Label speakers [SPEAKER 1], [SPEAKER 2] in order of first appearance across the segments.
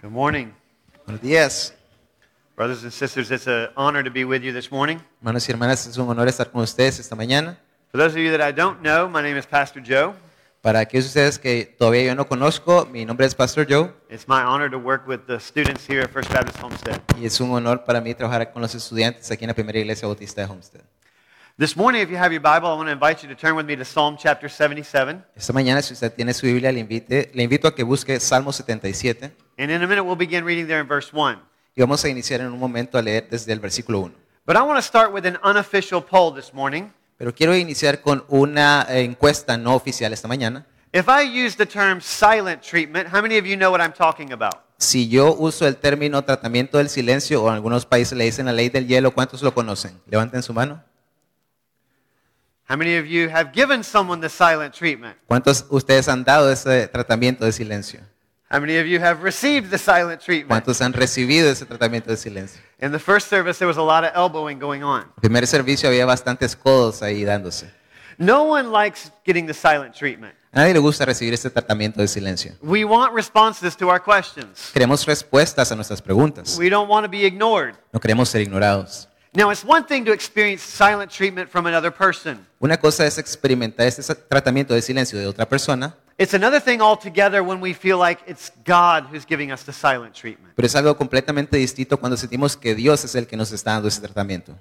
[SPEAKER 1] Good morning,
[SPEAKER 2] Buenos días,
[SPEAKER 1] brothers and sisters. It's an honor to be with you this morning.
[SPEAKER 2] hermanos y hermanas. Es un honor estar con ustedes esta mañana.
[SPEAKER 1] For those of you that I don't know, my name is Pastor Joe.
[SPEAKER 2] Para aquellos de ustedes que todavía yo no conozco, mi nombre es Pastor Joe
[SPEAKER 1] It's my honor to work with the students here at First Baptist Homestead.
[SPEAKER 2] y es un honor para mí trabajar con los estudiantes aquí en la primera iglesia bautista de Homestead.
[SPEAKER 1] This morning, if you have your Bible, I want to invite you to turn with me to Psalm chapter 77.
[SPEAKER 2] Esta mañana, si usted tiene su Biblia, le, invite- le invito a que busque Salmo 77
[SPEAKER 1] And in a minute, we'll begin reading there in verse 1.
[SPEAKER 2] y vamos a iniciar en un momento a leer desde el versículo 1.
[SPEAKER 1] But I want to start with an unofficial poll this morning.
[SPEAKER 2] Pero quiero iniciar con una eh, encuesta no oficial esta mañana.
[SPEAKER 1] If I use the term silent treatment, how many of you know what I'm talking about?
[SPEAKER 2] Si yo uso el término tratamiento del silencio, o en algunos países le dicen la ley del hielo, ¿cuántos lo conocen? Levanten su mano.
[SPEAKER 1] How many of you have given someone the silent treatment?
[SPEAKER 2] ¿Cuántos ustedes han dado ese tratamiento de silencio?
[SPEAKER 1] How many of you have received the silent treatment?
[SPEAKER 2] ¿Cuántos han recibido ese tratamiento de silencio?
[SPEAKER 1] In the first service, there was a lot of elbowing going on.
[SPEAKER 2] El primer servicio había bastantes codos ahí dándose.
[SPEAKER 1] No one likes getting the silent treatment.
[SPEAKER 2] A nadie le gusta recibir este tratamiento de silencio.
[SPEAKER 1] We want responses to our questions.
[SPEAKER 2] Queremos respuestas a nuestras preguntas.
[SPEAKER 1] We don't want to be ignored.
[SPEAKER 2] No queremos ser ignorados.
[SPEAKER 1] Now, it's one thing to experience silent treatment from another person.
[SPEAKER 2] Una cosa es experimentar este sa- tratamiento de silencio de otra persona,
[SPEAKER 1] It's another thing altogether when we feel like it's God who's giving us the silent treatment.
[SPEAKER 2] pero es algo completamente distinto cuando sentimos que Dios es el que nos está dando ese tratamiento.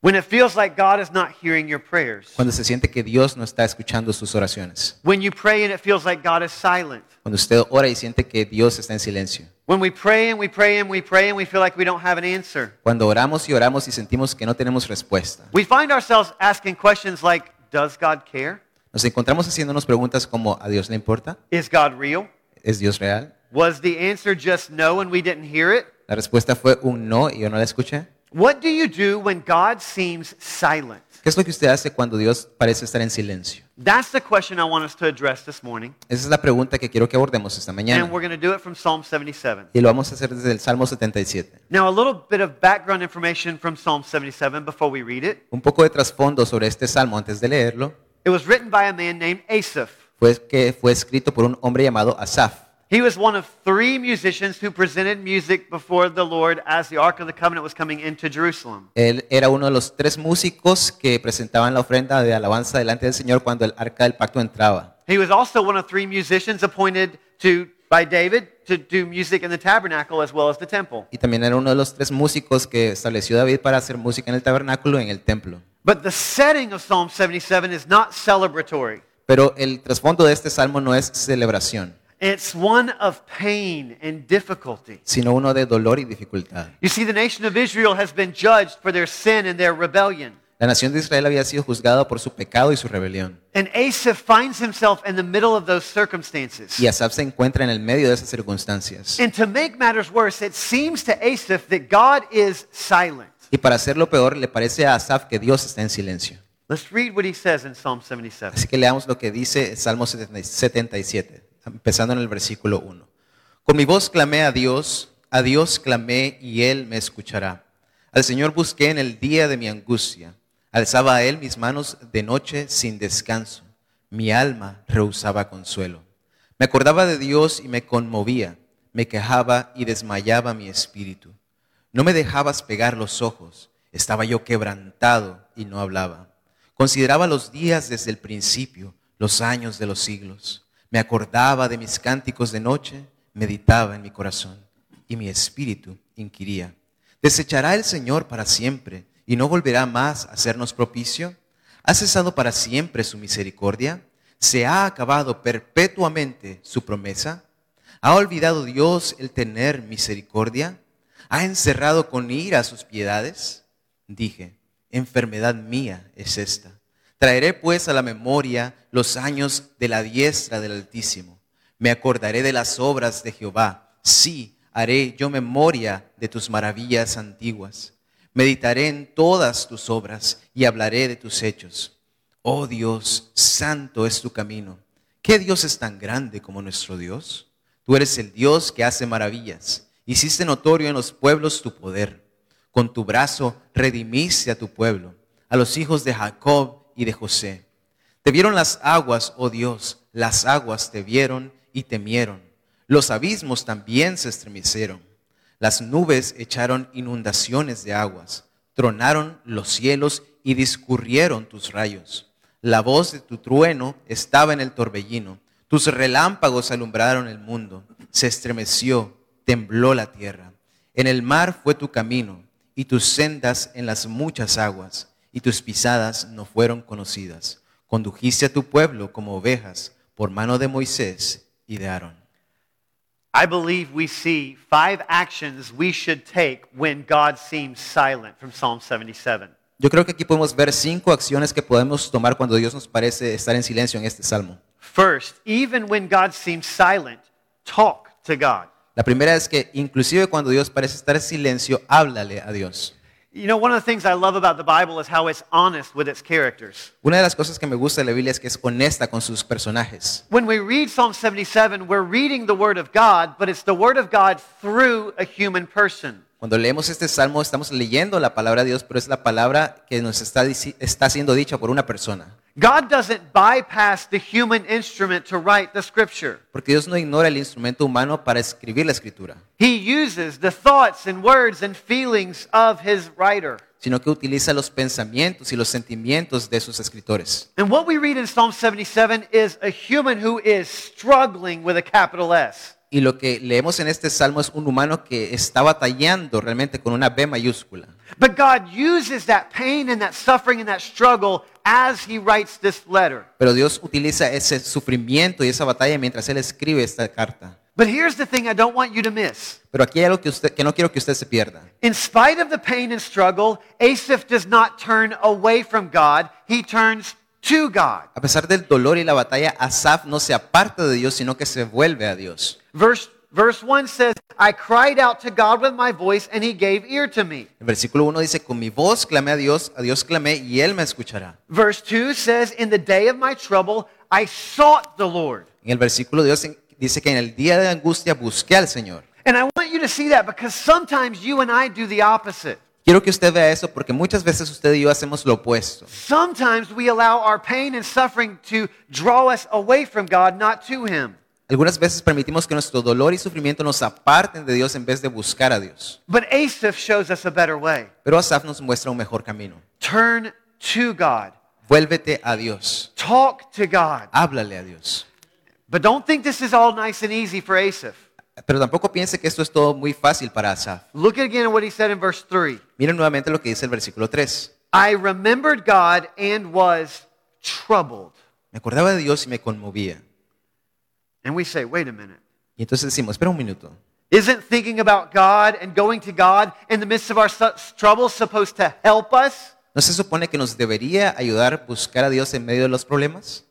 [SPEAKER 1] When it feels like God is not hearing your prayers.
[SPEAKER 2] Cuando se siente que Dios no está escuchando sus oraciones.
[SPEAKER 1] When you pray and it feels like God is silent.
[SPEAKER 2] Cuando usted ora y siente que Dios está en silencio.
[SPEAKER 1] When we pray and we pray and we pray and we feel like we don't have an answer.
[SPEAKER 2] Cuando oramos y oramos y sentimos que no tenemos respuesta.
[SPEAKER 1] We find ourselves asking questions like Does God care?
[SPEAKER 2] Nos encontramos haciéndonos preguntas como ¿a Dios le importa?
[SPEAKER 1] Is God real?
[SPEAKER 2] ¿Es Dios real?
[SPEAKER 1] Was the answer just no and we didn't hear it?
[SPEAKER 2] La respuesta fue un no y yo no la escuché.
[SPEAKER 1] What do you do when God seems silent?
[SPEAKER 2] ¿Qué es lo que usted hace cuando Dios parece estar en silencio?
[SPEAKER 1] That's the question I want us to address this morning.
[SPEAKER 2] Esa es la pregunta que quiero que abordemos esta
[SPEAKER 1] And
[SPEAKER 2] mañana.
[SPEAKER 1] we're going to do it from Psalm 77.
[SPEAKER 2] Y lo vamos a hacer desde el Salmo 77.
[SPEAKER 1] Now, a little bit of background information from Psalm 77 before we read it.
[SPEAKER 2] Un poco de trasfondo sobre este salmo antes de leerlo
[SPEAKER 1] It was written by a man named Asaph.
[SPEAKER 2] fue que fue escrito por un hombre llamado Asaf.
[SPEAKER 1] He was one of three musicians who presented music before the Lord as the Ark of the Covenant was coming into Jerusalem.
[SPEAKER 2] Él era uno de los tres músicos que presentaban la ofrenda de alabanza delante del Señor cuando el arca del pacto entraba.
[SPEAKER 1] He was also one of three musicians appointed to, by David to do music in the tabernacle as well as the temple.
[SPEAKER 2] Y también era uno de los tres músicos que estableció David para hacer música en el tabernáculo y en el templo.
[SPEAKER 1] But the setting of Psalm 77 is not celebratory.
[SPEAKER 2] Pero el trasfondo de este salmo no es celebración,
[SPEAKER 1] It's one of pain and difficulty.
[SPEAKER 2] sino uno de dolor y dificultad.
[SPEAKER 1] You see, the nation of Israel has been judged for their sin and their rebellion.
[SPEAKER 2] La nación de Israel había sido juzgada por su pecado y su rebelión.
[SPEAKER 1] And Asaph finds himself in the middle of those circumstances.
[SPEAKER 2] Y Asaf se encuentra en el medio de esas circunstancias.
[SPEAKER 1] And to make matters worse, it seems to Asaph that God is silent.
[SPEAKER 2] Y para hacerlo peor, le parece a Asaf que Dios está en silencio.
[SPEAKER 1] Let's read what he says in Psalm 77.
[SPEAKER 2] Así que leamos lo que dice el Salmo 70 y 77, empezando en el versículo 1. Con mi voz clamé a Dios, a Dios clamé y Él me escuchará. Al Señor busqué en el día de mi angustia. Alzaba a Él mis manos de noche sin descanso. Mi alma rehusaba consuelo. Me acordaba de Dios y me conmovía. Me quejaba y desmayaba mi espíritu. No me dejabas pegar los ojos. Estaba yo quebrantado y no hablaba. Consideraba los días desde el principio, los años de los siglos. Me acordaba de mis cánticos de noche, meditaba en mi corazón y mi espíritu inquiría. ¿Desechará el Señor para siempre y no volverá más a hacernos propicio? ¿Ha cesado para siempre su misericordia? ¿Se ha acabado perpetuamente su promesa? ¿Ha olvidado Dios el tener misericordia? ¿Ha encerrado con ira sus piedades? Dije, enfermedad mía es esta. Traeré pues a la memoria los años de la diestra del Altísimo. Me acordaré de las obras de Jehová. Sí, haré yo memoria de tus maravillas antiguas. Meditaré en todas tus obras y hablaré de tus hechos. Oh Dios, santo es tu camino. ¿Qué Dios es tan grande como nuestro Dios? Tú eres el Dios que hace maravillas. Hiciste notorio en los pueblos tu poder. Con tu brazo redimiste a tu pueblo, a los hijos de Jacob y de José. Te vieron las aguas, oh Dios, las aguas te vieron y temieron. Los abismos también se estremecieron. Las nubes echaron inundaciones de aguas. Tronaron los cielos y discurrieron tus rayos. La voz de tu trueno estaba en el torbellino. Tus relámpagos alumbraron el mundo. Se estremeció, tembló la tierra. En el mar fue tu camino y tus sendas en las muchas aguas, y tus pisadas no fueron conocidas. Condujiste a tu pueblo como ovejas por mano de Moisés y de Aarón.
[SPEAKER 1] I believe we see five actions we should take when God seems silent from Psalm 77.
[SPEAKER 2] Yo creo que aquí podemos ver cinco acciones que podemos tomar cuando Dios nos parece estar en silencio en este salmo.
[SPEAKER 1] First, even when God seems silent, talk to God.
[SPEAKER 2] La primera es que inclusive cuando Dios parece estar en silencio, háblale a Dios.
[SPEAKER 1] You know, one of the things I love about the Bible is how it's honest with its characters.
[SPEAKER 2] Una de las cosas que me gusta de la Biblia es que es honesta con sus personajes.
[SPEAKER 1] When we read Psalm 77, we're reading the Word of God, but it's the Word of God through a human person.
[SPEAKER 2] Cuando leemos este salmo estamos leyendo la palabra de Dios, pero es la palabra que nos está, dici- está siendo dicha por una persona.
[SPEAKER 1] God doesn't bypass the human instrument to write the Scripture.
[SPEAKER 2] Porque Dios no ignora el instrumento humano para escribir la escritura,
[SPEAKER 1] He uses the thoughts and words and feelings of his writer.
[SPEAKER 2] sino que utiliza los pensamientos y los sentimientos de sus escritores.
[SPEAKER 1] And what we read in Psalm 77 is a human who is struggling with a capital S.
[SPEAKER 2] Y lo que leemos en este salmo es un humano que está batallando realmente con una B mayúscula.
[SPEAKER 1] But God uses that pain and that suffering and that struggle as he writes this letter.
[SPEAKER 2] Pero Dios utiliza ese sufrimiento y esa batalla mientras Él escribe esta carta.
[SPEAKER 1] But here's the thing I don't want you to miss.
[SPEAKER 2] Pero aquí hay algo que, usted, que no quiero que usted se pierda.
[SPEAKER 1] In spite of the pain and struggle, Asaph does not turn away from God, he turns to God.
[SPEAKER 2] A pesar del dolor y la batalla, Asaf no se aparta de Dios, sino que se vuelve a Dios.
[SPEAKER 1] Verse, verse 1 says, I cried out to God with my voice, and he gave ear to me.
[SPEAKER 2] El versículo 1 dice, con mi voz clamé a Dios, a Dios clamé y Él me escuchará.
[SPEAKER 1] Verse 2 says, In the day of my trouble, I sought the Lord.
[SPEAKER 2] En el versículo Dios en- dice que en el día de angustia busqué al Señor.
[SPEAKER 1] And I want you to see that because sometimes you and I do the opposite.
[SPEAKER 2] Quiero que usted vea eso porque muchas veces usted y yo hacemos lo opuesto.
[SPEAKER 1] Sometimes we allow our pain and suffering to draw us away from God, not to Him.
[SPEAKER 2] Algunas veces permitimos que nuestro dolor y sufrimiento nos aparten de Dios en vez de buscar a Dios.
[SPEAKER 1] But Asaph shows us a better way.
[SPEAKER 2] Pero Asaf nos muestra un mejor camino.
[SPEAKER 1] Turn to God,
[SPEAKER 2] Vuélvete a Dios.
[SPEAKER 1] talk to God.
[SPEAKER 2] Háblale a Dios.
[SPEAKER 1] But don't think this is all nice and easy for Asaph.
[SPEAKER 2] Pero tampoco piense que esto es todo muy fácil para Asaf.
[SPEAKER 1] Look again at what he said in verse 3.
[SPEAKER 2] Miren nuevamente lo que dice el versículo 3.
[SPEAKER 1] I remembered God and was troubled.
[SPEAKER 2] Me acordaba de Dios y me conmovía.
[SPEAKER 1] And we say, wait a minute.
[SPEAKER 2] Y entonces decimos, espera un minuto.
[SPEAKER 1] Isn't thinking about God and going to God in the midst of our su- trouble supposed to help us?
[SPEAKER 2] ¿No se supone que nos debería ayudar a buscar a Dios en medio de los problemas?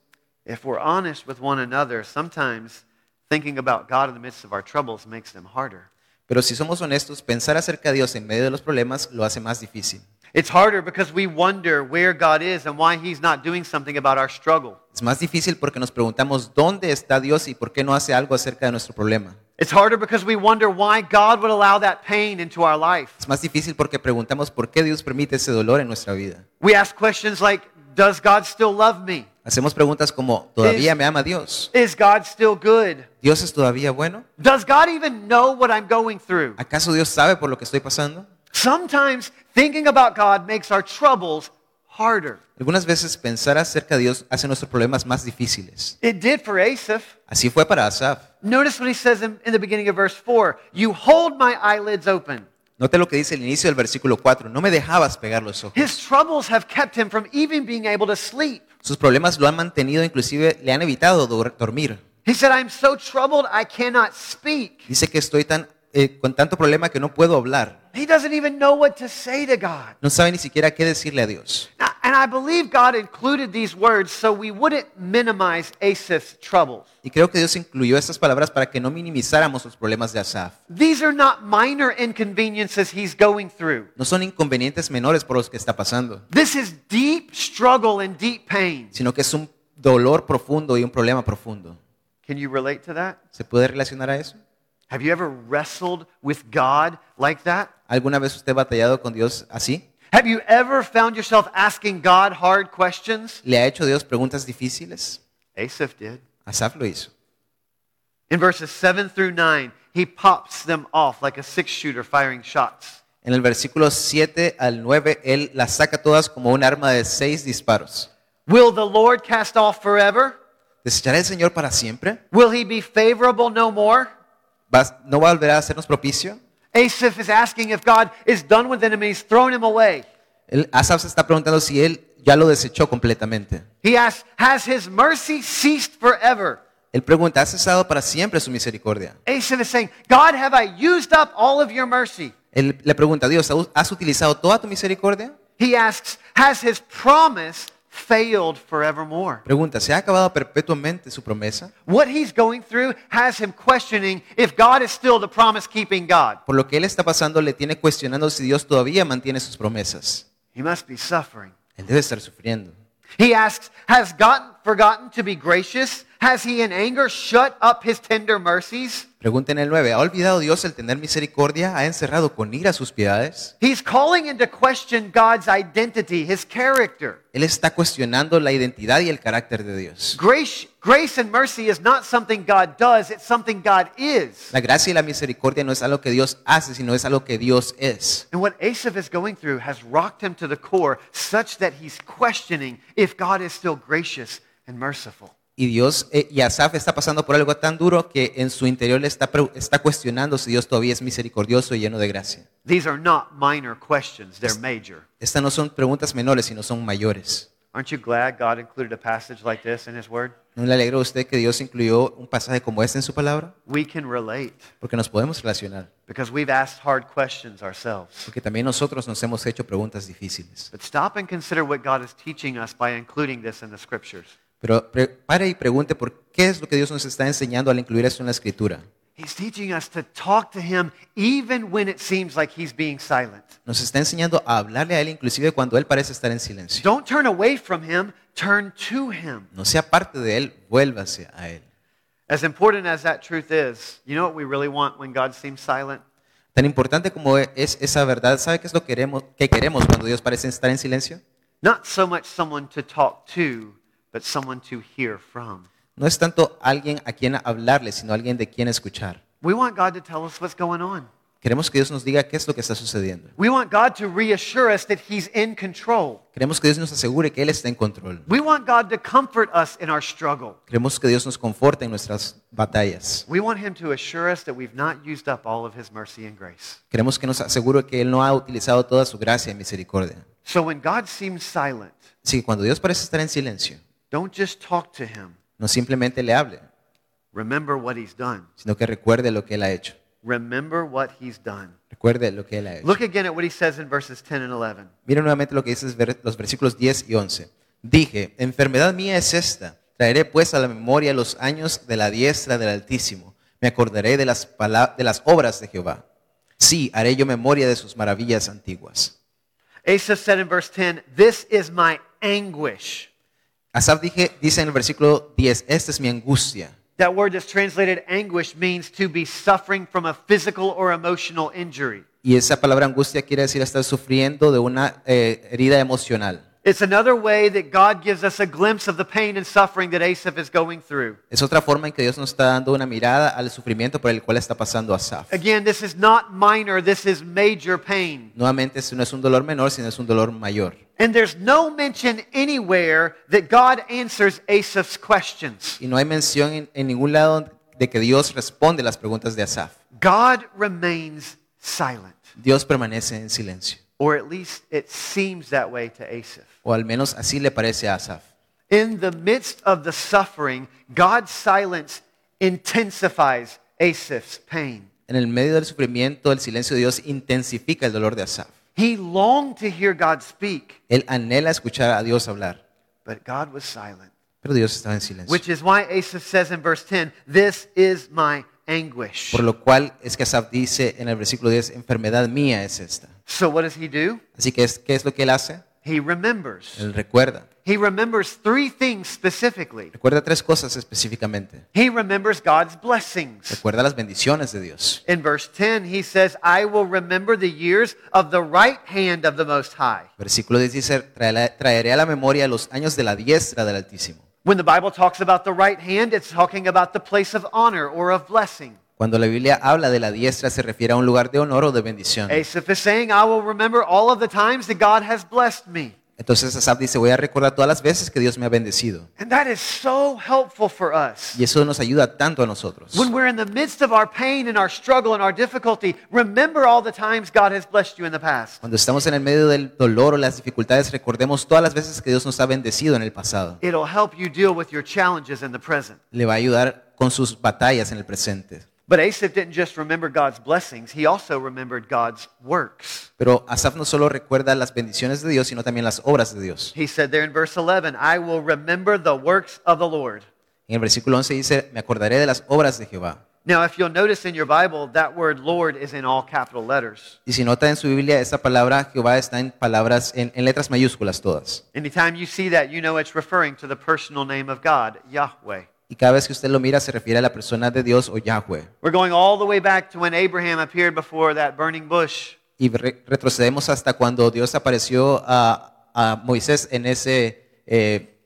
[SPEAKER 1] If we're honest with one another, sometimes thinking about God in the midst of our troubles makes them harder.
[SPEAKER 2] Pero si somos honestos, pensar acerca de Dios en medio de los problemas lo hace más difícil.
[SPEAKER 1] It's harder because we wonder where God is and why He's not doing something about our struggle.
[SPEAKER 2] Es más difícil porque nos preguntamos dónde está Dios y por qué no hace algo acerca de nuestro problema.
[SPEAKER 1] It's harder because we wonder why God would allow that pain into our life.
[SPEAKER 2] Es más difícil porque preguntamos por qué Dios permite ese dolor en nuestra vida.
[SPEAKER 1] We ask questions like, Does God still love me?
[SPEAKER 2] Hacemos preguntas como, ¿todavía me ama Dios?
[SPEAKER 1] Is God still good?
[SPEAKER 2] ¿Dios es todavía bueno?
[SPEAKER 1] Does God even know what I'm going through?
[SPEAKER 2] ¿Acaso Dios sabe por lo que estoy pasando?
[SPEAKER 1] Sometimes thinking about God makes our troubles harder.
[SPEAKER 2] Algunas veces pensar acerca de Dios hace nuestros problemas más difíciles.
[SPEAKER 1] It did for Asaph.
[SPEAKER 2] Así fue para Asaf.
[SPEAKER 1] Notice what he says in, in the beginning of verse 4 You hold my eyelids open.
[SPEAKER 2] Note lo que dice el inicio del versículo 4. No me dejabas pegar los ojos.
[SPEAKER 1] His troubles have kept him from even being able to sleep.
[SPEAKER 2] Sus problemas lo han mantenido, inclusive le han evitado dor- dormir.
[SPEAKER 1] He said, I'm so troubled I cannot speak.
[SPEAKER 2] Dice que estoy tan, eh, con tanto problema que no puedo hablar.
[SPEAKER 1] He doesn't even know what to say to God.
[SPEAKER 2] No sabe ni siquiera qué decirle a Dios.
[SPEAKER 1] Now, and I believe God included these words so we wouldn't minimize Asaph's troubles.
[SPEAKER 2] Y creo que Dios incluyó estas palabras para que no minimizáramos los problemas de Asaf.
[SPEAKER 1] These are not minor inconveniences he's going through.
[SPEAKER 2] No son inconvenientes menores por los que está pasando,
[SPEAKER 1] This is deep struggle and deep pain.
[SPEAKER 2] sino que es un dolor profundo y un problema profundo.
[SPEAKER 1] Can you relate to that?
[SPEAKER 2] ¿Se puede relacionar a eso?
[SPEAKER 1] Have you ever wrestled with God like that?
[SPEAKER 2] ¿Alguna vez usted ha batallado con Dios así?
[SPEAKER 1] Have you ever found yourself asking God hard questions?
[SPEAKER 2] ¿Le ha hecho Dios preguntas difíciles?
[SPEAKER 1] Asaph did.
[SPEAKER 2] Asaf lo hizo.
[SPEAKER 1] In verses 7 through 9, he pops them off like a six shooter firing shots.
[SPEAKER 2] En el versículo 7 al 9, él las saca todas como un arma de seis disparos.
[SPEAKER 1] Will the Lord cast off forever?
[SPEAKER 2] ¿Desechará el Señor para siempre?
[SPEAKER 1] Will he be favorable no more?
[SPEAKER 2] ¿Vas- ¿No volverá a hacernos propicio?
[SPEAKER 1] Asaph is asking if God is done with him and he's thrown him away.
[SPEAKER 2] Él, Asaf se está preguntando si él ya lo desechó completamente.
[SPEAKER 1] He asks, Has his mercy ceased forever?
[SPEAKER 2] Él pregunta, ¿ha cesado para siempre su misericordia?
[SPEAKER 1] Asaph is saying, God, have I used up all of your mercy?
[SPEAKER 2] Él le pregunta a Dios, "¿Has- ¿has utilizado toda tu misericordia?
[SPEAKER 1] He asks, Has his promise failed forevermore?
[SPEAKER 2] Pregunta, ¿se ha acabado perpetuamente su promesa?
[SPEAKER 1] What he's going through has him questioning if God is still the promise keeping God.
[SPEAKER 2] Por lo que él está pasando, le tiene cuestionando si Dios todavía mantiene sus promesas.
[SPEAKER 1] He must be suffering.
[SPEAKER 2] Él debe estar sufriendo.
[SPEAKER 1] He asks, Has God forgotten to be gracious? Has he in anger shut up his tender mercies?
[SPEAKER 2] Pregunta en el 9, ¿ha olvidado Dios el tener misericordia? ¿Ha encerrado con ira sus piedades?
[SPEAKER 1] He's calling into question God's identity, his character.
[SPEAKER 2] Él está cuestionando la identidad y el carácter de Dios.
[SPEAKER 1] Grace, grace and mercy is not something God does, it's something God is.
[SPEAKER 2] La gracia y la misericordia no es algo que Dios hace, sino es algo que Dios es.
[SPEAKER 1] And what Asaph is going through has rocked him to the core such that he's questioning if God is still gracious and merciful.
[SPEAKER 2] Y Dios eh, y Asaf está pasando por algo tan duro que en su interior le está, pre- está cuestionando si Dios todavía es misericordioso y lleno de gracia.
[SPEAKER 1] These are not minor questions, they're major.
[SPEAKER 2] Estas no son preguntas menores, sino son mayores.
[SPEAKER 1] Aren't you glad God included a passage like this in his word?
[SPEAKER 2] ¿No le alegra a usted que Dios incluyó un pasaje como este en su palabra?
[SPEAKER 1] We can relate
[SPEAKER 2] Porque nos podemos relacionar,
[SPEAKER 1] because we've asked hard questions ourselves.
[SPEAKER 2] porque también nosotros nos hemos hecho preguntas difíciles.
[SPEAKER 1] But stop and consider what God is teaching us by including this in the scriptures.
[SPEAKER 2] Pero pre- pare y pregunte por qué es lo que Dios nos está enseñando al incluir esto en la escritura.
[SPEAKER 1] He's teaching us to talk to him even when it seems like he's being silent.
[SPEAKER 2] Nos está enseñando a hablarle a Él inclusive cuando Él parece estar en silencio.
[SPEAKER 1] Don't turn away from him, turn to him.
[SPEAKER 2] No sea parte de Él, vuélvase a Él.
[SPEAKER 1] As important as that truth is, you know what we really want when God seems silent?
[SPEAKER 2] Tan importante como es esa verdad, ¿sabe qué es lo que queremos, que queremos cuando Dios parece estar en silencio?
[SPEAKER 1] Not so much someone to talk to, but someone to hear from.
[SPEAKER 2] No es tanto alguien a quien hablarle, sino alguien de quien escuchar.
[SPEAKER 1] We want God to tell us what's going on.
[SPEAKER 2] Queremos que Dios nos diga qué es lo que está sucediendo.
[SPEAKER 1] We want God to reassure us that he's in control.
[SPEAKER 2] Queremos que Dios nos asegure que Él está en control.
[SPEAKER 1] We want God to comfort us in our struggle.
[SPEAKER 2] Queremos que Dios nos conforte en nuestras batallas.
[SPEAKER 1] We want him to assure us that we've not used up all of his mercy and grace.
[SPEAKER 2] Queremos que nos asegure que Él no ha utilizado toda su gracia y misericordia.
[SPEAKER 1] So when God seems silent,
[SPEAKER 2] Así que cuando Dios parece estar en silencio,
[SPEAKER 1] don't just talk to him.
[SPEAKER 2] no simplemente le hable,
[SPEAKER 1] Remember what he's done.
[SPEAKER 2] sino que recuerde lo que Él ha hecho.
[SPEAKER 1] Remember what he's done.
[SPEAKER 2] Recuerde lo que Él ha hecho.
[SPEAKER 1] Look again at what he says in verses 10 and 11.
[SPEAKER 2] Mira nuevamente lo que dice los versículos 10 y 11. Dije, enfermedad mía es esta. Traeré pues a la memoria los años de la diestra del Altísimo. Me acordaré de las, pala- de las obras de Jehová. Sí, haré yo memoria de sus maravillas antiguas.
[SPEAKER 1] Asaph said in verse 10, This is my anguish.
[SPEAKER 2] Asaf dije, dice en el versículo 10, esta es mi angustia.
[SPEAKER 1] That word that's translated anguish means to be suffering from a physical or emotional injury.
[SPEAKER 2] Y esa palabra angustia quiere decir estar sufriendo de una eh, herida emocional.
[SPEAKER 1] It's another way that God gives us a glimpse of the pain and suffering that Asaph is going through.
[SPEAKER 2] Es otra forma en que Dios nos está dando una mirada al sufrimiento por el cual está pasando Asaf.
[SPEAKER 1] Again, this is not minor, this is major pain.
[SPEAKER 2] Nuevamente, esto no es un dolor menor, sino es un dolor mayor.
[SPEAKER 1] And there's no mention anywhere that God answers Asaph's questions.
[SPEAKER 2] Y no hay mención en, en ningún lado de que Dios responde las preguntas de Asaf.
[SPEAKER 1] God remains silent,
[SPEAKER 2] Dios permanece en silencio,
[SPEAKER 1] or at least it seems that way to Asaph.
[SPEAKER 2] o al menos así le parece a Asaf.
[SPEAKER 1] In the midst of the suffering, God's silence intensifies Asaph's pain.
[SPEAKER 2] En el medio del sufrimiento, el silencio de Dios intensifica el dolor de Asaf.
[SPEAKER 1] He longed to hear God speak,
[SPEAKER 2] Él anhela escuchar a Dios hablar,
[SPEAKER 1] but God was silent.
[SPEAKER 2] pero Dios estaba en silencio.
[SPEAKER 1] Which is why Asaph says in verse 10, This is my anguish.
[SPEAKER 2] Por lo cual es que Asaf dice en el versículo 10, enfermedad mía es esta.
[SPEAKER 1] So what does he do?
[SPEAKER 2] Así que, es, ¿qué es lo que él hace?
[SPEAKER 1] He remembers.
[SPEAKER 2] Él recuerda.
[SPEAKER 1] He remembers three things specifically.
[SPEAKER 2] Recuerda tres cosas específicamente.
[SPEAKER 1] He remembers God's blessings.
[SPEAKER 2] Recuerda las bendiciones de Dios.
[SPEAKER 1] In verse 10, he says, I will remember the years of the right hand of the Most High.
[SPEAKER 2] Versículo 10 dice, traeré, traeré a la memoria los años de la diestra del Altísimo.
[SPEAKER 1] When the Bible talks about the right hand, it's talking about the place of honor or of blessing.
[SPEAKER 2] Cuando la Biblia habla de la diestra se refiere a un lugar de honor o de bendición.
[SPEAKER 1] Asaph is saying, I will remember all of the times that God has blessed me.
[SPEAKER 2] Entonces Asaf dice, voy a recordar todas las veces que Dios me ha bendecido.
[SPEAKER 1] And that is so helpful for us.
[SPEAKER 2] Y eso nos ayuda tanto a nosotros.
[SPEAKER 1] When we're in the midst of our pain and our struggle and our difficulty, remember all the times God has blessed you in the past.
[SPEAKER 2] Cuando estamos en el medio del dolor o las dificultades, recordemos todas las veces que Dios nos ha bendecido en el pasado.
[SPEAKER 1] It'll help you deal with your challenges in the present.
[SPEAKER 2] Le va a ayudar con sus batallas en el presente.
[SPEAKER 1] But Asaph didn't just remember God's blessings, he also remembered God's works.
[SPEAKER 2] Pero Asaf no solo recuerda las bendiciones de Dios, sino también las obras de Dios.
[SPEAKER 1] He said there in verse 11, I will remember the works of the Lord.
[SPEAKER 2] En el versículo 11 dice, me acordaré de las obras de Jehová.
[SPEAKER 1] Now, if you'll notice in your Bible, that word Lord is in all capital letters.
[SPEAKER 2] Y si nota en su Biblia, esta palabra Jehová está en palabras, en, en letras mayúsculas todas.
[SPEAKER 1] Anytime you see that, you know it's referring to the personal name of God, Yahweh.
[SPEAKER 2] Y cada vez que usted lo mira, se refiere a la persona de Dios o Yahweh.
[SPEAKER 1] We're going all the way back to when Abraham appeared before that burning bush.
[SPEAKER 2] Y re- retrocedemos hasta cuando Dios apareció a, a Moisés en ese eh,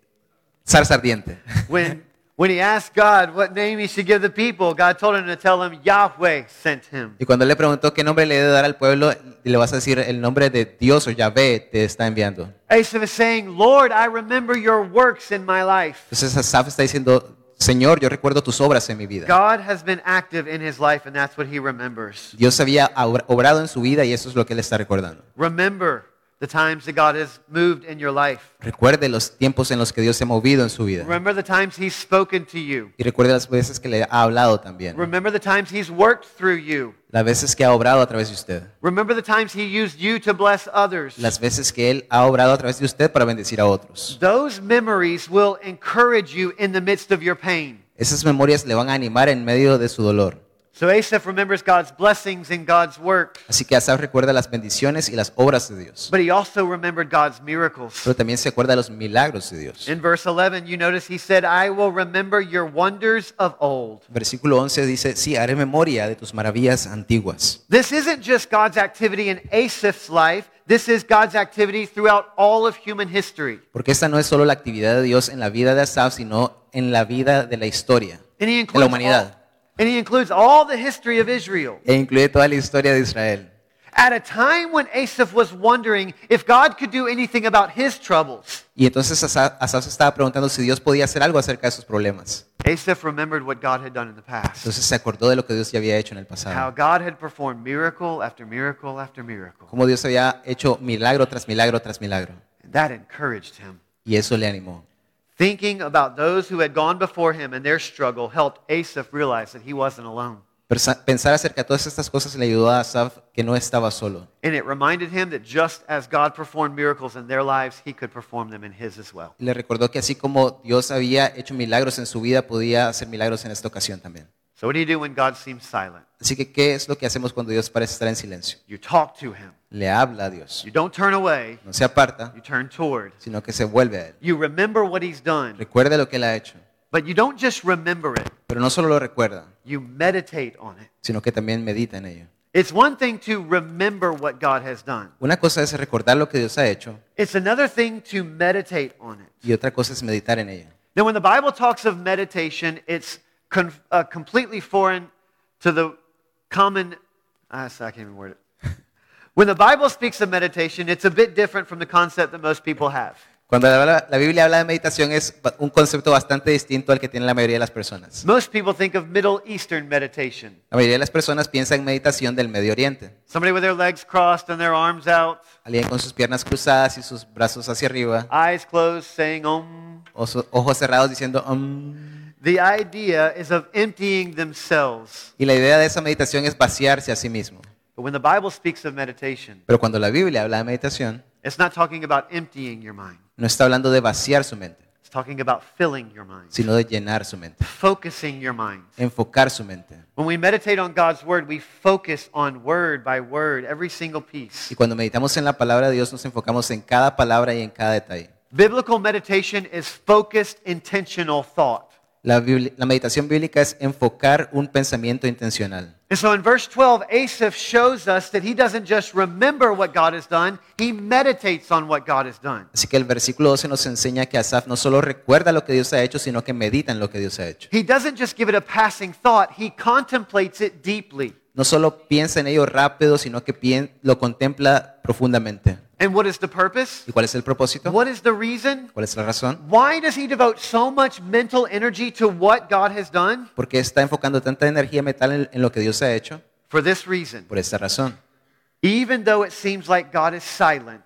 [SPEAKER 2] zarza ardiente.
[SPEAKER 1] When, when he asked God what name he should give the people, God told him to tell him Yahweh sent him.
[SPEAKER 2] Y cuando él le preguntó qué nombre le debe dar al pueblo, y le vas a decir el nombre de Dios o Yahvé te está enviando.
[SPEAKER 1] Asaph is saying, Lord, I remember your works in my life.
[SPEAKER 2] Entonces Asaf está diciendo, Señor, yo recuerdo tus obras en mi vida.
[SPEAKER 1] God has been active in his life, and that's what he remembers.
[SPEAKER 2] Dios había obra- obrado en su vida y eso es lo que él está recordando.
[SPEAKER 1] Remember the times that God has moved in your life.
[SPEAKER 2] Recuerde los tiempos en los que Dios se ha movido en su vida.
[SPEAKER 1] Remember the times he's spoken to you.
[SPEAKER 2] Y recuerde las veces que le ha hablado también.
[SPEAKER 1] Remember the times he's worked through you.
[SPEAKER 2] Las veces que ha obrado a través de usted.
[SPEAKER 1] Remember the times he used you to bless others.
[SPEAKER 2] Las veces que Él ha obrado a través de usted para bendecir a otros.
[SPEAKER 1] Those memories will encourage you in the midst of your pain.
[SPEAKER 2] Esas memorias le van a animar en medio de su dolor.
[SPEAKER 1] So Asaph remembers God's blessings and God's work,
[SPEAKER 2] Así que Asaf recuerda las bendiciones y las obras de Dios.
[SPEAKER 1] but he also remembered God's miracles.
[SPEAKER 2] Pero también se acuerda de los milagros de Dios.
[SPEAKER 1] In verse 11, you notice he said, I will remember your wonders of old.
[SPEAKER 2] Versículo 11 dice, sí, haré memoria de tus maravillas antiguas.
[SPEAKER 1] This isn't just God's activity in Asaph's life. This is God's activity throughout all of human history.
[SPEAKER 2] Porque esta no es solo la actividad de Dios en la vida de Asaf, sino en la vida de la historia, de la
[SPEAKER 1] all,
[SPEAKER 2] humanidad.
[SPEAKER 1] and he includes all the history of Israel.
[SPEAKER 2] E incluye toda la historia de Israel.
[SPEAKER 1] At a time when Asaph was wondering if God could do anything about his troubles,
[SPEAKER 2] Y entonces Asa- Asaf se estaba preguntando si Dios podía hacer algo acerca de sus problemas.
[SPEAKER 1] Asaph remembered what God had done in the past.
[SPEAKER 2] Entonces se acordó de lo que Dios ya había hecho en el
[SPEAKER 1] How
[SPEAKER 2] pasado.
[SPEAKER 1] God had performed miracle after miracle after miracle.
[SPEAKER 2] Cómo Dios había hecho milagro tras milagro tras milagro.
[SPEAKER 1] And that encouraged him.
[SPEAKER 2] Y eso le animó.
[SPEAKER 1] Thinking about those who had gone before him and their struggle helped Asaph realize that he wasn't alone.
[SPEAKER 2] Persa- Pensar acerca de todas estas cosas le ayudó a Asaf que no estaba solo.
[SPEAKER 1] And it reminded him that just as God performed miracles in their lives, he could perform them in his as well.
[SPEAKER 2] Y le recordó que así como Dios había hecho milagros en su vida, podía hacer milagros en esta ocasión también.
[SPEAKER 1] So, what do you do when God seems silent?
[SPEAKER 2] Así que, ¿qué es lo que hacemos cuando Dios parece estar en silencio?
[SPEAKER 1] You talk to him.
[SPEAKER 2] Le habla a Dios.
[SPEAKER 1] You don't turn away,
[SPEAKER 2] No se aparta,
[SPEAKER 1] you turn toward.
[SPEAKER 2] sino que se vuelve a Él.
[SPEAKER 1] You remember what he's done,
[SPEAKER 2] Recuerda lo que Él ha hecho.
[SPEAKER 1] but you don't just remember it,
[SPEAKER 2] Pero no solo lo recuerda,
[SPEAKER 1] you meditate on it.
[SPEAKER 2] sino que también medita en ello.
[SPEAKER 1] It's one thing to remember what God has done,
[SPEAKER 2] Una cosa es recordar lo que Dios ha hecho
[SPEAKER 1] it's another thing to meditate on it.
[SPEAKER 2] y otra cosa es meditar en ello.
[SPEAKER 1] Now, when the Bible talks of meditation, it's con- uh, completely foreign to the common. Ah, so I can't even word it. When the Bible speaks of meditation, it's a bit different from the concept that most people have.
[SPEAKER 2] Cuando la, la Biblia habla de meditación es ba- un concepto bastante distinto al que tiene la mayoría de las personas.
[SPEAKER 1] Most people think of Middle Eastern meditation
[SPEAKER 2] La mayoría de las personas piensan en meditación del Medio Oriente.
[SPEAKER 1] somebody with their legs crossed and their arms out,
[SPEAKER 2] Alguien con sus piernas cruzadas y sus brazos hacia arriba,
[SPEAKER 1] eyes closed, saying Om.
[SPEAKER 2] oso- ojos cerrados diciendo "Mm". "Om".
[SPEAKER 1] The idea is of emptying themselves.
[SPEAKER 2] Y la idea de esa meditación es vaciarse a sí mismo.
[SPEAKER 1] But when the Bible speaks of meditation,
[SPEAKER 2] Pero cuando la Biblia habla de meditación,
[SPEAKER 1] it's not talking about emptying your mind,
[SPEAKER 2] no está hablando de vaciar su mente,
[SPEAKER 1] it's talking about filling your mind,
[SPEAKER 2] sino de llenar su mente,
[SPEAKER 1] focusing your mind.
[SPEAKER 2] enfocar su mente.
[SPEAKER 1] When we meditate on God's word, we focus on word by word, every single piece.
[SPEAKER 2] Y cuando meditamos en la palabra de Dios nos enfocamos en cada palabra y en cada detalle.
[SPEAKER 1] Biblical meditation is focused, intentional thought.
[SPEAKER 2] La, bibli- la meditación bíblica es enfocar un pensamiento intencional.
[SPEAKER 1] And so in verse 12, Asaph shows us that he doesn't just remember what God has done, he meditates on what God has done.
[SPEAKER 2] Así que el versículo 12 nos enseña que Asaf no solo recuerda lo que Dios ha hecho, sino que medita en lo que Dios ha hecho.
[SPEAKER 1] He doesn't just give it a passing thought, he contemplates it deeply.
[SPEAKER 2] No solo piensa en ello rápido, sino que pien- lo contempla profundamente.
[SPEAKER 1] And what is the purpose?
[SPEAKER 2] ¿Y cuál es el propósito?
[SPEAKER 1] What is the reason?
[SPEAKER 2] ¿Cuál es la razón?
[SPEAKER 1] Why does he devote so much mental energy to what God has done?
[SPEAKER 2] Porque está enfocando tanta energía metal en, en lo que Dios ha hecho?
[SPEAKER 1] For this reason.
[SPEAKER 2] Por esta razón.
[SPEAKER 1] Even though it seems like God is silent,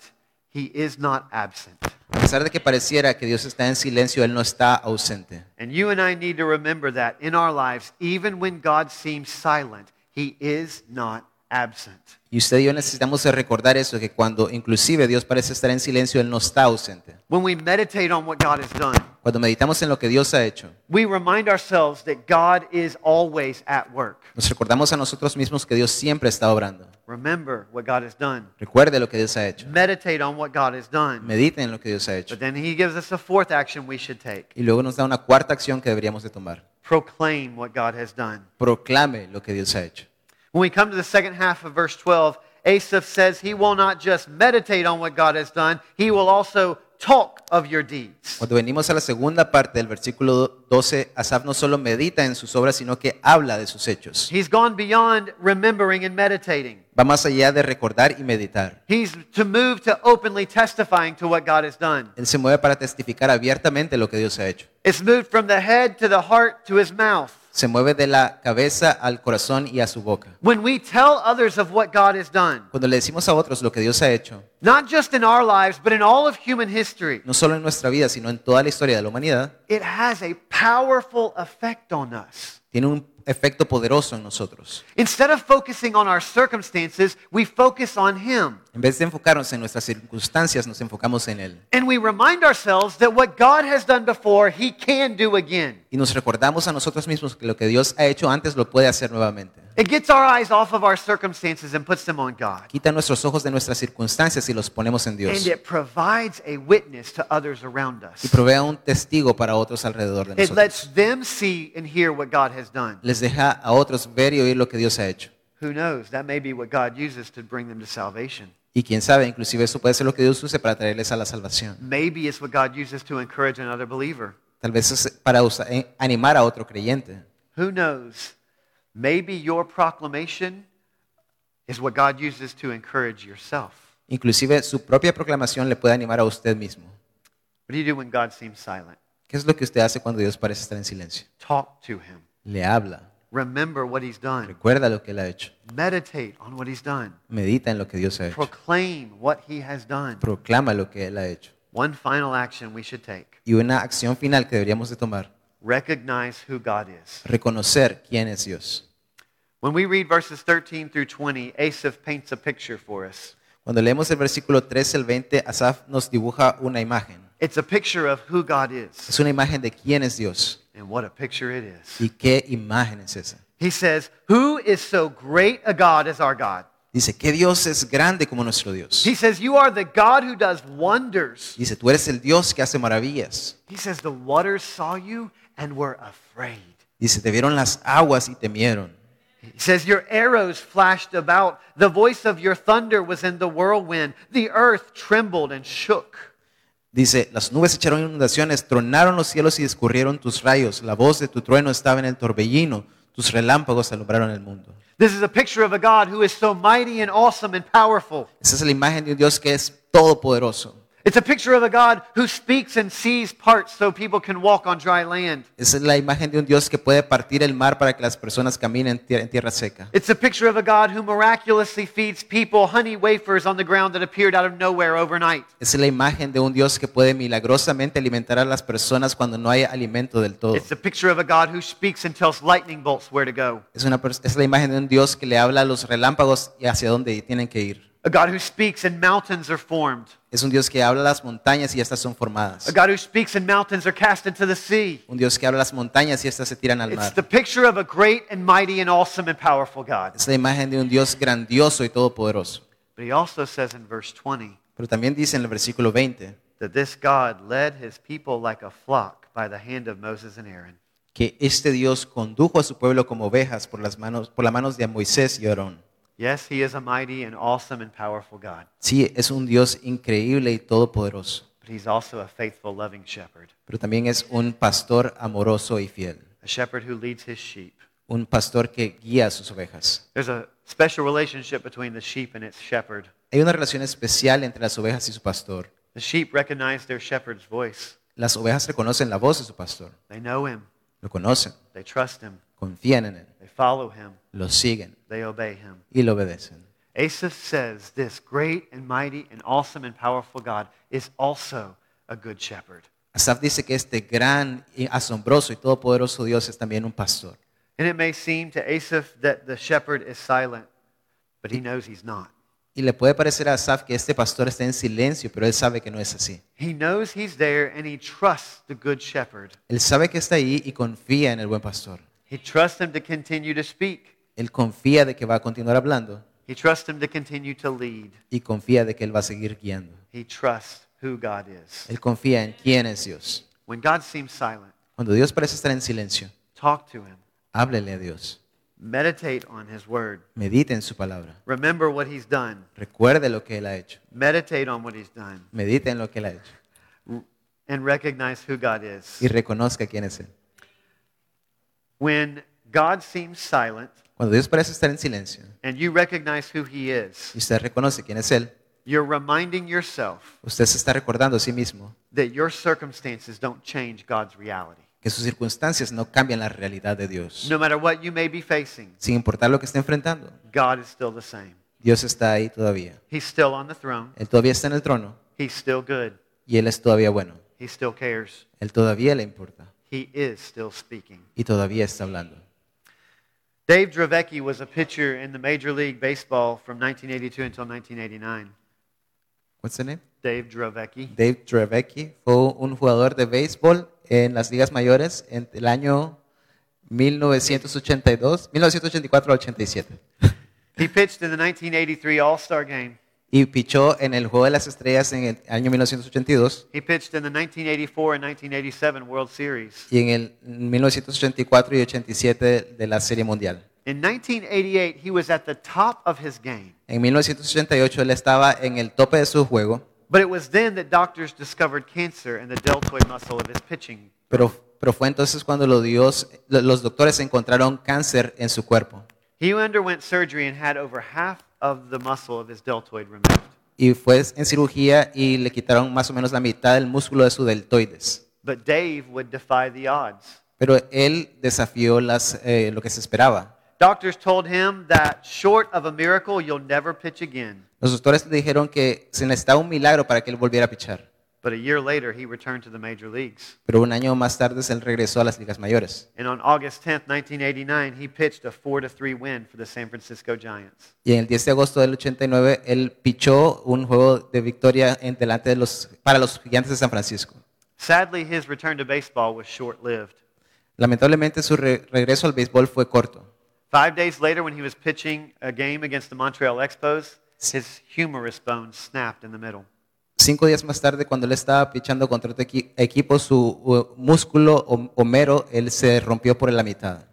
[SPEAKER 1] he is not absent.
[SPEAKER 2] A pesar de que pareciera que Dios está en silencio, Él no está ausente.
[SPEAKER 1] And you and I need to remember that in our lives, even when God seems silent, he is not absent.
[SPEAKER 2] Y usted y yo necesitamos recordar eso, que cuando inclusive Dios parece estar en silencio, Él no está ausente.
[SPEAKER 1] When we meditate on what God has done,
[SPEAKER 2] Cuando meditamos en lo que Dios ha hecho,
[SPEAKER 1] we remind ourselves that God is always at work.
[SPEAKER 2] nos recordamos a nosotros mismos que Dios siempre está obrando.
[SPEAKER 1] Remember what God has done.
[SPEAKER 2] Recuerde lo que Dios ha hecho.
[SPEAKER 1] Meditate on what God has done.
[SPEAKER 2] Medite en lo que Dios ha hecho.
[SPEAKER 1] But then he gives us a fourth action we should take.
[SPEAKER 2] Y luego nos da una cuarta acción que deberíamos de tomar.
[SPEAKER 1] Proclaim what God has done.
[SPEAKER 2] Proclame lo que Dios ha hecho.
[SPEAKER 1] When we come to the second half of verse 12, Asaph says he will not just meditate on what God has done, he will also talk of your deeds.
[SPEAKER 2] Cuando venimos a la segunda parte del versículo do- 12, Asaf no solo medita en sus obras, sino que habla de sus hechos.
[SPEAKER 1] He's gone beyond remembering and meditating.
[SPEAKER 2] Va más allá de recordar y meditar.
[SPEAKER 1] He's to move to openly testifying to what God has done.
[SPEAKER 2] Él se mueve para testificar abiertamente lo que Dios ha hecho.
[SPEAKER 1] It's moved from the head to the heart to his mouth.
[SPEAKER 2] Se mueve de la cabeza al corazón y a su boca.
[SPEAKER 1] When we tell others of what God has done,
[SPEAKER 2] Cuando le decimos a otros lo que Dios ha hecho,
[SPEAKER 1] not just in our lives, but in all of human history,
[SPEAKER 2] no solo en nuestra vida, sino en toda la historia de la humanidad,
[SPEAKER 1] it has a powerful effect on us.
[SPEAKER 2] tiene un efecto poderoso en nosotros.
[SPEAKER 1] Instead of focusing on our circumstances, we focus on Him.
[SPEAKER 2] En vez de enfocarnos en nuestras circunstancias, nos enfocamos en Él.
[SPEAKER 1] And we remind ourselves that what God has done before, He can do again.
[SPEAKER 2] Y nos recordamos a nosotros mismos que lo que Dios ha hecho antes lo puede hacer nuevamente.
[SPEAKER 1] It gets our eyes off of our circumstances and puts them on God.
[SPEAKER 2] Quita nuestros ojos de nuestras circunstancias y los ponemos en
[SPEAKER 1] And
[SPEAKER 2] Dios.
[SPEAKER 1] it provides a witness to others around
[SPEAKER 2] Y
[SPEAKER 1] us.
[SPEAKER 2] provea un testigo para otros alrededor de
[SPEAKER 1] It lets
[SPEAKER 2] nosotros.
[SPEAKER 1] them see and hear what God has done.
[SPEAKER 2] Les deja a otros ver y oír lo que Dios ha hecho.
[SPEAKER 1] Who knows? That may be what God uses to bring them to salvation.
[SPEAKER 2] Y quién sabe, inclusive eso puede ser lo que Dios use para traerles a la salvación.
[SPEAKER 1] Maybe it's what God uses to encourage another believer.
[SPEAKER 2] Tal vez es para usa- eh, animar a otro creyente.
[SPEAKER 1] Who knows? Maybe your proclamation is what God uses to encourage yourself.
[SPEAKER 2] Inclusive su propia proclamación le puede animar a usted mismo.
[SPEAKER 1] What do you do when God seems silent?
[SPEAKER 2] ¿Qué es lo que usted hace cuando Dios parece estar en silencio?
[SPEAKER 1] Talk to Him.
[SPEAKER 2] Le habla.
[SPEAKER 1] Remember what He's done.
[SPEAKER 2] Recuerda lo que Él ha hecho.
[SPEAKER 1] Meditate on what He's done.
[SPEAKER 2] Medita en lo que Dios ha hecho.
[SPEAKER 1] Proclaim what He has done.
[SPEAKER 2] Proclama lo que Él ha hecho.
[SPEAKER 1] One final action we should take
[SPEAKER 2] Y una acción final que deberíamos de tomar.
[SPEAKER 1] recognize who God is.
[SPEAKER 2] Reconocer quién es Dios.
[SPEAKER 1] When we read verses 13 through 20, Asaph paints a picture for us.
[SPEAKER 2] Cuando leemos el versículo 13 al 20, Asaf nos dibuja una imagen.
[SPEAKER 1] It's a picture of who God is.
[SPEAKER 2] Es una imagen de quién es Dios
[SPEAKER 1] And what a picture it is.
[SPEAKER 2] y qué imagen es esa.
[SPEAKER 1] He says, Who is so great a God as our God?
[SPEAKER 2] Dice, que Dios es grande como nuestro Dios.
[SPEAKER 1] He says, You are the God who does wonders.
[SPEAKER 2] Dice, tú eres el Dios que hace maravillas.
[SPEAKER 1] He says, The waters saw you and were afraid.
[SPEAKER 2] Dice, te vieron las aguas y temieron.
[SPEAKER 1] He says, Your arrows flashed about. The voice of your thunder was in the whirlwind. The earth trembled and shook.
[SPEAKER 2] Dice, las nubes echaron inundaciones, tronaron los cielos y escurrieron tus rayos. La voz de tu trueno estaba en el torbellino. Tus relámpagos alumbraron el mundo.
[SPEAKER 1] This is a picture of a God who is so mighty and awesome and powerful.
[SPEAKER 2] Esa es la imagen de un Dios que es todopoderoso.
[SPEAKER 1] It's a picture of a God who speaks and sees parts so people can walk on dry land.
[SPEAKER 2] Esa es la imagen de un Dios que puede partir el mar para que las personas caminen en tier- en tierra seca.
[SPEAKER 1] It's a picture of a God who miraculously feeds people honey wafers on the ground that appeared out of nowhere overnight.
[SPEAKER 2] Esa es la imagen de un Dios que puede milagrosamente alimentar a las personas cuando no hay alimento del todo.
[SPEAKER 1] It's a picture of a God who speaks and tells lightning bolts where to go.
[SPEAKER 2] Es, una pers- es la imagen de un Dios que le habla a los relámpagos y hacia dónde tienen que ir.
[SPEAKER 1] A God who speaks and mountains are formed.
[SPEAKER 2] Es un Dios que habla a las montañas y estas son
[SPEAKER 1] A
[SPEAKER 2] formadas.
[SPEAKER 1] God who speaks and mountains are cast into the sea.
[SPEAKER 2] Un Dios que habla a las montañas y estas se tiran al
[SPEAKER 1] It's the
[SPEAKER 2] mar.
[SPEAKER 1] picture of a great and mighty and awesome and powerful God.
[SPEAKER 2] Es la imagen de un Dios grandioso y todopoderoso.
[SPEAKER 1] But he also says in verse 20
[SPEAKER 2] Pero también dice en el versículo 20,
[SPEAKER 1] that this God led his people like a flock by the hand of Moses and Aaron.
[SPEAKER 2] que este Dios condujo a su pueblo como ovejas por las manos, por las manos de Moisés y Aarón.
[SPEAKER 1] Yes, he is a mighty and awesome and powerful God,
[SPEAKER 2] Sí, es un Dios increíble y todopoderoso,
[SPEAKER 1] but he's also a faithful, loving shepherd,
[SPEAKER 2] pero también es un pastor amoroso y fiel,
[SPEAKER 1] a shepherd who leads his sheep.
[SPEAKER 2] un pastor que guía a sus ovejas.
[SPEAKER 1] There's a special relationship between the sheep and its shepherd.
[SPEAKER 2] Hay una relación especial entre las ovejas y su pastor.
[SPEAKER 1] The sheep recognize their shepherd's voice.
[SPEAKER 2] Las ovejas reconocen la voz de su pastor,
[SPEAKER 1] They know him,
[SPEAKER 2] lo conocen,
[SPEAKER 1] they trust him,
[SPEAKER 2] confían en él,
[SPEAKER 1] they follow him,
[SPEAKER 2] lo siguen
[SPEAKER 1] they obey him.
[SPEAKER 2] y lo obedecen.
[SPEAKER 1] Asaph says this great and mighty and awesome and powerful God is also a good shepherd.
[SPEAKER 2] Asaf dice que este gran, y asombroso y todopoderoso Dios es también un pastor.
[SPEAKER 1] And it may seem to Asaph that the shepherd is silent, but he knows he's not.
[SPEAKER 2] Y le puede parecer a Asaf que este pastor está en silencio, pero él sabe que no es así.
[SPEAKER 1] He knows he's there and he trusts the good shepherd.
[SPEAKER 2] Él sabe que está ahí y confía en el buen pastor.
[SPEAKER 1] He trusts him to continue to speak.
[SPEAKER 2] Él confía de que va a continuar hablando
[SPEAKER 1] He trusts him to continue to lead.
[SPEAKER 2] y confía de que él va a seguir guiando.
[SPEAKER 1] He trusts who God is.
[SPEAKER 2] Él confía en quién es Dios.
[SPEAKER 1] When God seems silent,
[SPEAKER 2] Cuando Dios parece estar en silencio,
[SPEAKER 1] talk to him.
[SPEAKER 2] háblele a Dios.
[SPEAKER 1] Meditate on his word.
[SPEAKER 2] Medite en su palabra.
[SPEAKER 1] Remember what he's done.
[SPEAKER 2] Recuerde lo que él ha hecho.
[SPEAKER 1] Meditate on what he's done
[SPEAKER 2] Medite en lo que él ha hecho.
[SPEAKER 1] and recognize who God
[SPEAKER 2] Y
[SPEAKER 1] is.
[SPEAKER 2] reconozca quién es él.
[SPEAKER 1] When God seems silent
[SPEAKER 2] Cuando Dios parece estar en silencio
[SPEAKER 1] and you recognize who he
[SPEAKER 2] y
[SPEAKER 1] is,
[SPEAKER 2] usted reconoce quién es él,
[SPEAKER 1] you're reminding yourself
[SPEAKER 2] usted se está recordando a sí mismo
[SPEAKER 1] that your circumstances don't change God's reality.
[SPEAKER 2] que sus circunstancias no cambian la realidad de Dios.
[SPEAKER 1] No matter what you may be facing,
[SPEAKER 2] Sin importar lo que esté enfrentando,
[SPEAKER 1] God is still the same.
[SPEAKER 2] Dios está ahí todavía.
[SPEAKER 1] He's still on the throne.
[SPEAKER 2] Él todavía está en el trono
[SPEAKER 1] He's still good.
[SPEAKER 2] y él es todavía bueno.
[SPEAKER 1] He still cares.
[SPEAKER 2] Él todavía le importa
[SPEAKER 1] He is still speaking.
[SPEAKER 2] y todavía está hablando.
[SPEAKER 1] Dave Dravecki was a pitcher in the Major League Baseball from 1982 until 1989.
[SPEAKER 2] What's the name?
[SPEAKER 1] Dave Dravecki.
[SPEAKER 2] Dave Trevecki fue un jugador de béisbol en las ligas mayores entre el año 1982, 1984 al 87
[SPEAKER 1] He pitched in the 1983 All-Star Game.
[SPEAKER 2] y pichó en el juego de las estrellas en el año 1982
[SPEAKER 1] He pitched in the 1984 and 1987 World Series.
[SPEAKER 2] y en el 1984 y 87 de la Serie Mundial.
[SPEAKER 1] In 1988, he was at the top of his game.
[SPEAKER 2] En 1988 él estaba en el tope de su juego,
[SPEAKER 1] But it was then that doctors discovered cancer in the deltoid muscle of his pitching.
[SPEAKER 2] pero, pero fue entonces cuando los, dios- lo- los doctores encontraron cáncer en su cuerpo
[SPEAKER 1] He underwent surgery and had over half of the muscle of his deltoid removed.
[SPEAKER 2] y fue en cirugía y le quitaron más o menos la mitad del músculo de su deltoides.
[SPEAKER 1] But Dave would defy the odds.
[SPEAKER 2] Pero él desafió las, eh, lo que se esperaba.
[SPEAKER 1] Doctors told him that short of a miracle, you'll never pitch again.
[SPEAKER 2] Los doctores le dijeron que se necesitaba un milagro para que él volviera a pichar,
[SPEAKER 1] But a year later, he returned to the major leagues.
[SPEAKER 2] pero un año más tarde él regresó a las ligas mayores.
[SPEAKER 1] And on August 10th, 1989, he pitched a 4 to 3 win for the San Francisco Giants.
[SPEAKER 2] Y en el 10 de agosto del 89 él pichó un juego de victoria en delante de los, para los gigantes de San Francisco.
[SPEAKER 1] Sadly, his return to baseball was short lived.
[SPEAKER 2] Lamentablemente su re- regreso al béisbol fue corto.
[SPEAKER 1] Five days later, when he was pitching a game against the Montreal Expos, his humerus bone snapped in the middle.
[SPEAKER 2] Cinco días más tarde, cuando él estaba pichando contra otro equi- equipo, su uh, músculo hom- homero él se rompió por la mitad.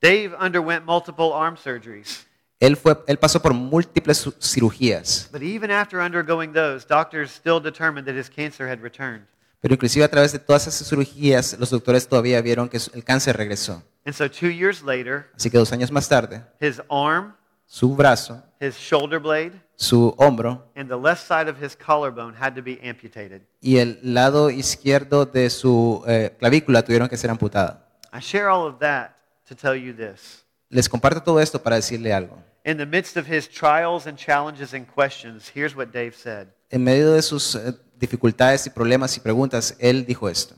[SPEAKER 1] Dave underwent multiple arm surgeries,
[SPEAKER 2] Él, fue, él pasó por múltiples su- cirugías.
[SPEAKER 1] but even after undergoing those, doctors still determined that his cancer had returned.
[SPEAKER 2] Pero inclusive a través de todas esas cirugías, los doctores todavía vieron que su- el cáncer regresó.
[SPEAKER 1] And so, two years later,
[SPEAKER 2] Así que dos años más tarde,
[SPEAKER 1] his arm,
[SPEAKER 2] su brazo,
[SPEAKER 1] his shoulder blade,
[SPEAKER 2] su hombro
[SPEAKER 1] and the left side of his collarbone had to be amputated.
[SPEAKER 2] y el lado izquierdo de su eh, clavícula tuvieron que ser amputadas.
[SPEAKER 1] I share all of that to tell you this.
[SPEAKER 2] Les comparto todo esto para decirle algo.
[SPEAKER 1] In the midst of his trials and challenges and questions, here's what Dave said
[SPEAKER 2] En medio de sus eh, dificultades y problemas y preguntas, él dijo esto.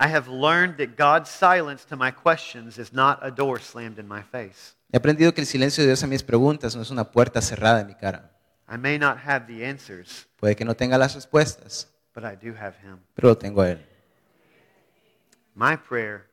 [SPEAKER 1] I have learned that God's silence to my questions is not a door slammed in my face.
[SPEAKER 2] He aprendido que el silencio de Dios a mis preguntas no es una puerta cerrada en mi cara.
[SPEAKER 1] I may not have the answers,
[SPEAKER 2] Puede que no tenga las respuestas,
[SPEAKER 1] but I do have him.
[SPEAKER 2] pero lo tengo a él.
[SPEAKER 1] My prayer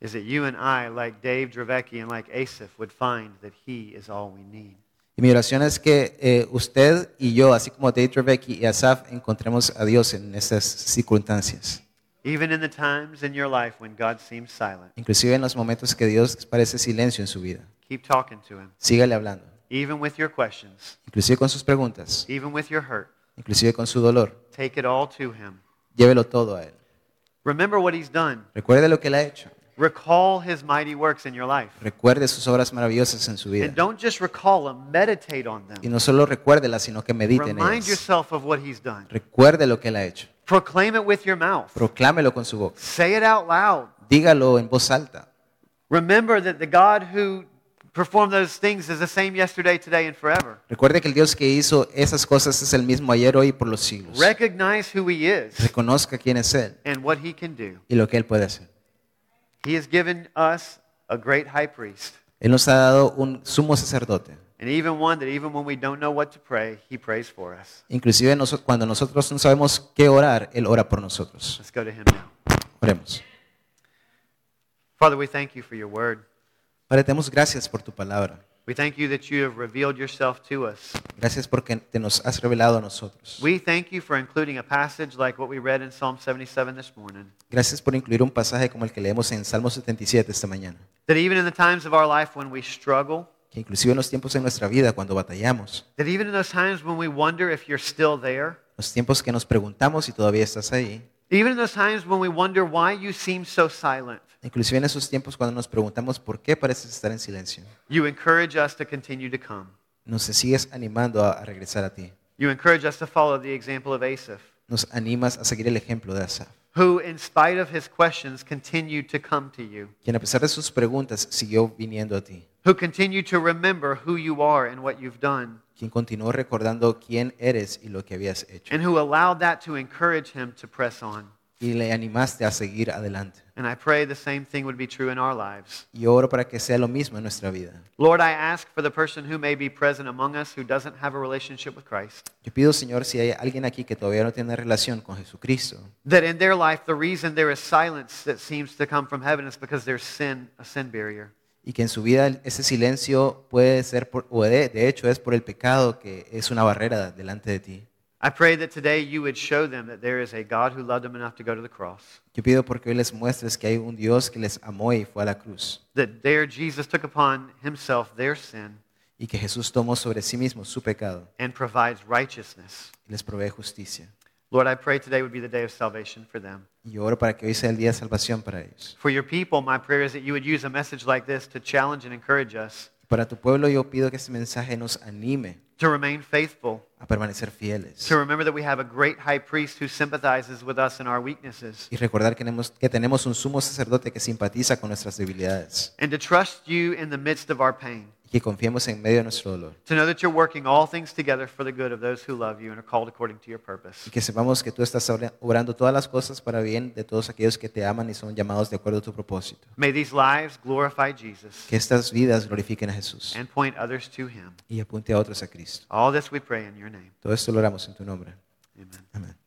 [SPEAKER 1] is that you and I, like Dave Dravecki and like Asaph, would find that he is all we need.
[SPEAKER 2] Y mi oración es que eh, usted y yo, así como Dave Trebecki y Asaf, encontremos a Dios en estas circunstancias.
[SPEAKER 1] even in the times in your life when God seems silent.
[SPEAKER 2] inclusive en los momentos que Dios parece silencio en su vida.
[SPEAKER 1] Keep talking to Him,
[SPEAKER 2] Sígale hablando,
[SPEAKER 1] even with your questions,
[SPEAKER 2] inclusive con sus preguntas,
[SPEAKER 1] even with your hurt.
[SPEAKER 2] inclusive con su dolor.
[SPEAKER 1] Take it all to Him.
[SPEAKER 2] Llévelo todo a Él.
[SPEAKER 1] Remember what He's done.
[SPEAKER 2] Recuerde lo que Él ha hecho.
[SPEAKER 1] Recall His mighty works in your life.
[SPEAKER 2] Recuerde sus obras maravillosas en su vida.
[SPEAKER 1] And don't just recall them, meditate on
[SPEAKER 2] Y
[SPEAKER 1] them.
[SPEAKER 2] no solo recuérdelas, sino que medite en
[SPEAKER 1] Remind
[SPEAKER 2] ellas.
[SPEAKER 1] yourself of what He's done.
[SPEAKER 2] Recuerde lo que Él ha hecho.
[SPEAKER 1] Proclaim it with your mouth.
[SPEAKER 2] Proclámelo con su boca.
[SPEAKER 1] Say it out loud.
[SPEAKER 2] Dígalo en voz alta.
[SPEAKER 1] Remember that the God who performed those things is the same yesterday, today, and forever.
[SPEAKER 2] Recuerde que el Dios que hizo esas cosas es el mismo ayer, hoy y por los siglos.
[SPEAKER 1] Recognize who He is
[SPEAKER 2] Reconozca quién es Él
[SPEAKER 1] and what He can do.
[SPEAKER 2] y lo que Él puede hacer.
[SPEAKER 1] He has given us a great high priest,
[SPEAKER 2] Él nos ha dado un sumo sacerdote.
[SPEAKER 1] and even one that, even when we don't know what to pray, He prays for us.
[SPEAKER 2] Inclusive noso- cuando nosotros no sabemos qué orar, Él ora por nosotros.
[SPEAKER 1] Let's go to Him now.
[SPEAKER 2] Oremos.
[SPEAKER 1] Father, we thank you for your word.
[SPEAKER 2] Padre, te damos gracias por tu palabra.
[SPEAKER 1] We thank you that you have revealed yourself to us.
[SPEAKER 2] Gracias porque te nos has revelado a nosotros.
[SPEAKER 1] We thank you for including a passage like what we read in Psalm 77 this morning.
[SPEAKER 2] Gracias por incluir un pasaje como el que leemos en Salmo 77 esta mañana.
[SPEAKER 1] That even in the times of our life when we struggle,
[SPEAKER 2] Que inclusive en los tiempos en nuestra vida, cuando batallamos,
[SPEAKER 1] that even in those times when we wonder if you're still there,
[SPEAKER 2] los tiempos que nos preguntamos si todavía estás ahí,
[SPEAKER 1] even in those times when we wonder why you seem so silent,
[SPEAKER 2] inclusive en esos tiempos cuando nos preguntamos por qué pareces estar en silencio,
[SPEAKER 1] you encourage us to continue to come.
[SPEAKER 2] nos sigues animando a a regresar a ti.
[SPEAKER 1] You encourage us to follow the example of Asaph,
[SPEAKER 2] Nos animas a seguir el ejemplo de Asaf,
[SPEAKER 1] who, in spite of his questions, continued to come to you,
[SPEAKER 2] quien a pesar de sus preguntas siguió viniendo a ti,
[SPEAKER 1] who continued to remember who you are and what you've done,
[SPEAKER 2] quien continuó recordando quién eres y lo que habías hecho,
[SPEAKER 1] and who allowed that to encourage him to press on.
[SPEAKER 2] y le animaste a seguir adelante.
[SPEAKER 1] And I pray the same thing would be true in our lives.
[SPEAKER 2] Y oro para que sea lo mismo en nuestra vida.
[SPEAKER 1] Lord, I ask for the person who may be present among us who doesn't have a relationship with Christ,
[SPEAKER 2] Yo pido, Señor, si hay alguien aquí que todavía no tiene relación con Jesucristo,
[SPEAKER 1] that in their life the reason there is silence that seems to come from heaven is because there's sin, a sin barrier.
[SPEAKER 2] y que en su vida ese silencio puede ser, por- o de, de hecho es por el pecado que es una barrera delante de ti.
[SPEAKER 1] I pray that today you would show them that there is a God who loved them enough to go to the cross,
[SPEAKER 2] Yo pido porque hoy les muestres que hay un Dios que les amó y fue a la cruz,
[SPEAKER 1] that there Jesus took upon himself their sin
[SPEAKER 2] y que Jesús tomó sobre sí mismo su pecado
[SPEAKER 1] and provides righteousness.
[SPEAKER 2] y les provee justicia.
[SPEAKER 1] Lord, I pray today would be the day of salvation for them.
[SPEAKER 2] Y yo oro para que hoy sea el día de salvación para ellos.
[SPEAKER 1] For your people, my prayer is that you would use a message like this to challenge and encourage us
[SPEAKER 2] Para tu pueblo yo pido que este mensaje nos anime
[SPEAKER 1] to remain faithful,
[SPEAKER 2] a permanecer fieles
[SPEAKER 1] to remember that we have a great high priest who sympathizes with us in our weaknesses,
[SPEAKER 2] y recordar que tenemos, que tenemos un sumo sacerdote que simpatiza con nuestras debilidades
[SPEAKER 1] and to trust you in the midst of our pain,
[SPEAKER 2] y que confiemos en medio de nuestro dolor.
[SPEAKER 1] to know that you're working all things together for the good of those who love you and are called according to your purpose.
[SPEAKER 2] Y que sepamos que tú estás obra- obrando todas las cosas para bien de todos aquellos que te aman y son llamados de acuerdo a tu propósito.
[SPEAKER 1] May these lives glorify Jesus
[SPEAKER 2] Que estas vidas glorifiquen a Jesús
[SPEAKER 1] and point others to him.
[SPEAKER 2] y apunte a otros a Cristo.
[SPEAKER 1] All this we pray in your name.
[SPEAKER 2] Todo esto lo oramos en tu nombre.
[SPEAKER 1] Amen.
[SPEAKER 2] Amén.